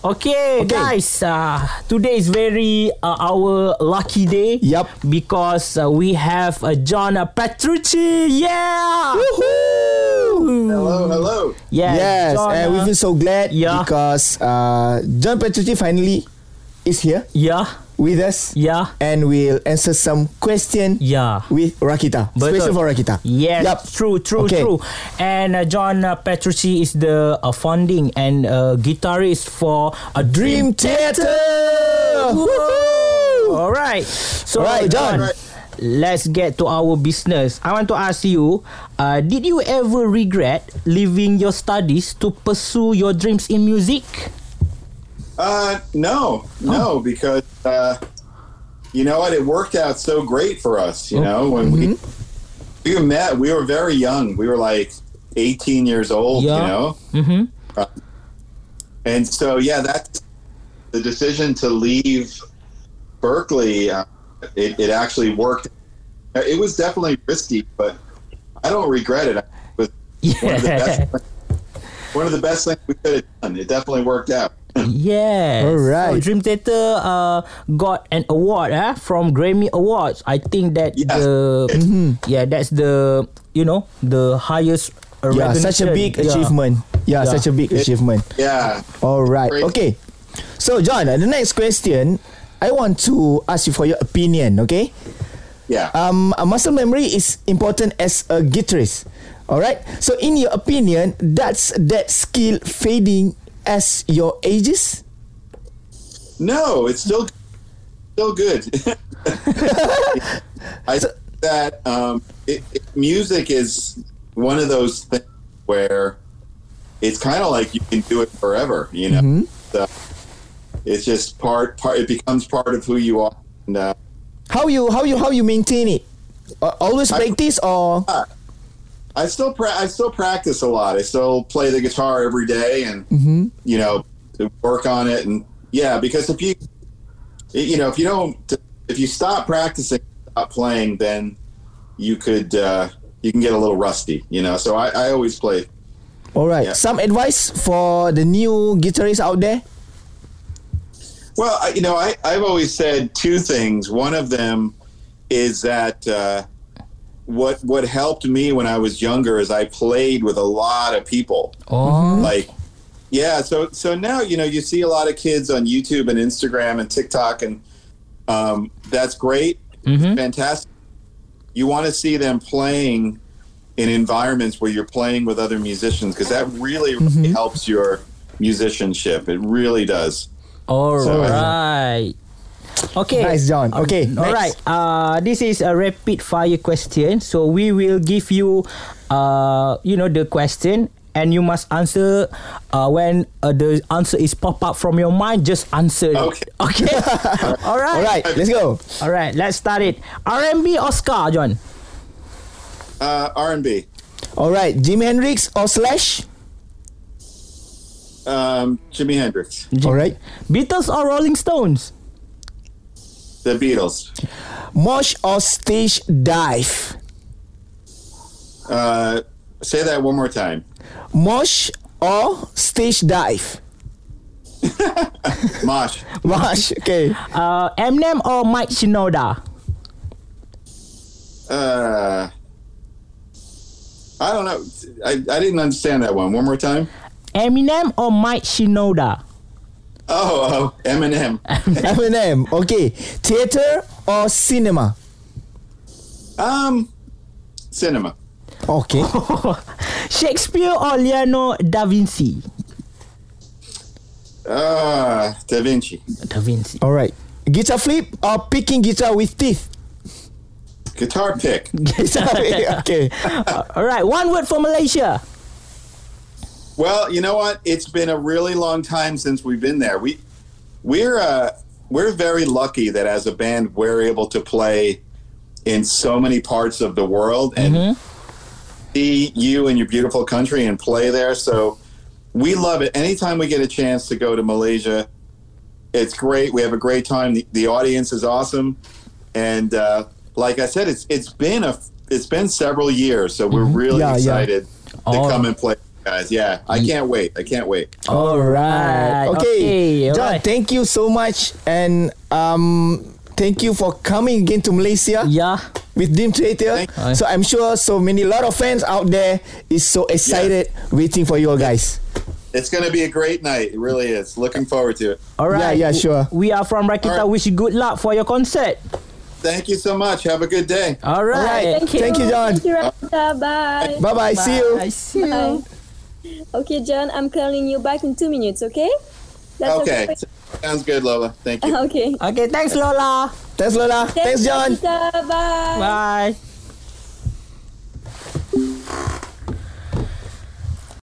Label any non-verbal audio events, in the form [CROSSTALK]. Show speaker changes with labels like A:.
A: Okay,
B: Okay.
A: guys, uh, today is very uh, our lucky day.
B: Yup.
A: Because uh, we have uh, John Petrucci. Yeah. Woohoo!
C: Hello, hello.
A: Yeah,
B: yes,
A: John,
B: and we
A: uh,
B: feel so glad
A: Yeah.
B: because uh, John Petrucci finally is here
A: yeah,
B: with us
A: yeah,
B: and will answer some question
A: yeah. uh,
B: with Rakita. Special for Rakita.
A: Yes,
B: Yup.
A: true, true,
B: Okay.
A: true. And uh, John uh, Petrucci is the uh, founding and uh, guitarist for a Dream
B: Dream Theater. Woohoo!
A: All right. So,
B: Alright, John.
A: Let's get to our business. I want to ask you, uh, did you ever regret leaving your studies to pursue your dreams in music?
C: Uh, no,
A: Oh.
C: no, because uh, you know what? It worked out so great for us.
A: Oh.
C: You know, when
A: Mm-hmm.
C: we we met, we were very young. We were like 18 years old.
A: Yeah.
C: You know, Uh,
A: Mm-hmm.
C: and so yeah, that's the decision to leave Berkeley. Uh, it, it actually worked. It was definitely risky, but I don't regret it. It was
B: Oh
C: one of
A: [LAUGHS]
C: the
A: Yeah.
C: best. One of the best things we could have done. It definitely worked out. [LAUGHS]
A: Yes.
B: Alright.
A: So Dream Theater uh, got an award eh, from Grammy Awards. I think that
B: [LAUGHS]
C: Yes.
A: the
B: Mm-hmm.
A: yeah that's the you know the highest. uh,
B: Yeah, such
A: recognition.
B: a big
A: Yeah.
B: achievement. Yeah,
A: Yeah.
B: such a big
C: It-
B: achievement.
C: Yeah.
B: All right.
C: Great.
B: Okay. So, John, uh, the next question, I want to ask you for your opinion. Okay.
C: Yeah.
B: Um, uh, muscle memory is important as a guitarist. All right. So, in your opinion, that's that skill fading as your ages?
C: No, it's still still good. [LAUGHS] I think that um, it, it, music is one of those things where it's kind of like you can do it forever. You know, so it's just part part. It becomes part of who you are. And, uh,
B: How you how you how you maintain it? Uh, always
C: I- Uh,
B: practice or
C: I still pra- I still practice a lot. I still play the guitar every day, and you know, to work on it. And yeah, because if you, you know, if you don't, if you stop practicing, stop playing, then you could uh, you can get a little rusty. You know, so I, I always play.
B: all right.
C: Yeah.
B: Some advice for the new guitarists out there?
C: Well, I, you know, I, I've always said two things. One of them is that uh, what what helped me when I was younger is I played with a lot of people.
A: Oh.
C: like yeah so so now you know you see a lot of kids on youtube and instagram and tiktok and um, that's great
A: Mhm.
C: fantastic you want to see them playing in environments where you're playing with other musicians because that really, really helps your musicianship it really does
A: All
C: So, uh,
A: right. Okay.
B: Nice, John. Okay,
A: All
B: next.
A: right. Uh, this is a rapid fire question. So we will give you, uh, you know, the question, and you must answer. Uh, when uh, the answer is pop up from your mind, just answer. it.
C: Okay.
B: [LAUGHS]
A: Okay. All right.
B: All right. Let's go.
A: All right. Let's start it. R&B Oscar, John.
C: uh, r&b
B: All right. Jimi Hendrix or Slash?
C: um, jimi hendrix
B: All right.
A: Beatles or Rolling Stones?
C: the beatles
B: Mosh or stage dive?
C: uh, say that one more time
B: Mosh or stage dive? [LAUGHS]
C: mosh
B: Mosh. Okay.
A: Uh, Eminem or Mike Shinoda?
C: uh, i don't know I, I didn't understand that one one more time
A: Eminem or Mike Shinoda?
C: Oh, oh Eminem.
B: [LAUGHS] Eminem. Okay. Theater or cinema?
C: um, cinema.
B: Okay.
A: Shakespeare or Leonardo da Vinci?
C: Uh, Da Vinci.
A: Da Vinci.
B: All right. Guitar flip or picking guitar with teeth? [LAUGHS]
C: Guitar pick.
B: Guitar flip. Okay.
A: All right, Uh, one word for Malaysia.
C: Well, you know what? It's been a really long time since we've been there. We we're uh we're very lucky that as a band we're able to play in so many parts of the world and
B: Mm-hmm.
C: see you and your beautiful country and play there. So we love it. Anytime we get a chance to go to Malaysia, it's great. We have a great time. The, the audience is awesome, and uh, like I said, it's it's been a it's been several years, so we're really
B: Mm-hmm. Yeah, Mm. yeah.
C: excited to
A: Oh.
C: come and play, guys. Yeah, I can't wait. I can't wait.
B: All right. Okay.
A: Okay,
B: John,
A: alright.
B: thank you so much, and um, thank you for coming again to Malaysia.
A: Yeah.
B: With Dream Theater,
C: Thank-
A: Aye.
B: so I'm sure so many lot of fans out there is so excited waiting for you all guys.
C: It's going to be a great night. It really is. Looking forward to it.
A: All right.
B: yeah, sure.
A: We are from Rakita.
C: Alright.
A: Wish you good luck for your concert.
C: Thank you so much. Have a good day.
A: All right.
B: Alright.
D: Thank you.
B: Thank you, John.
D: Thank you, Rakita. Bye.
B: Bye bye. See you.
A: I see you.
D: Bye. Okay, John, I'm calling you back in two minutes, okay? That's
C: Okay. Sounds good, Lola. Thank you.
D: [LAUGHS] Okay.
A: Okay, thanks Lola.
B: Thanks, Lola. Thanks, John.
D: Rakita. Bye.
A: Bye.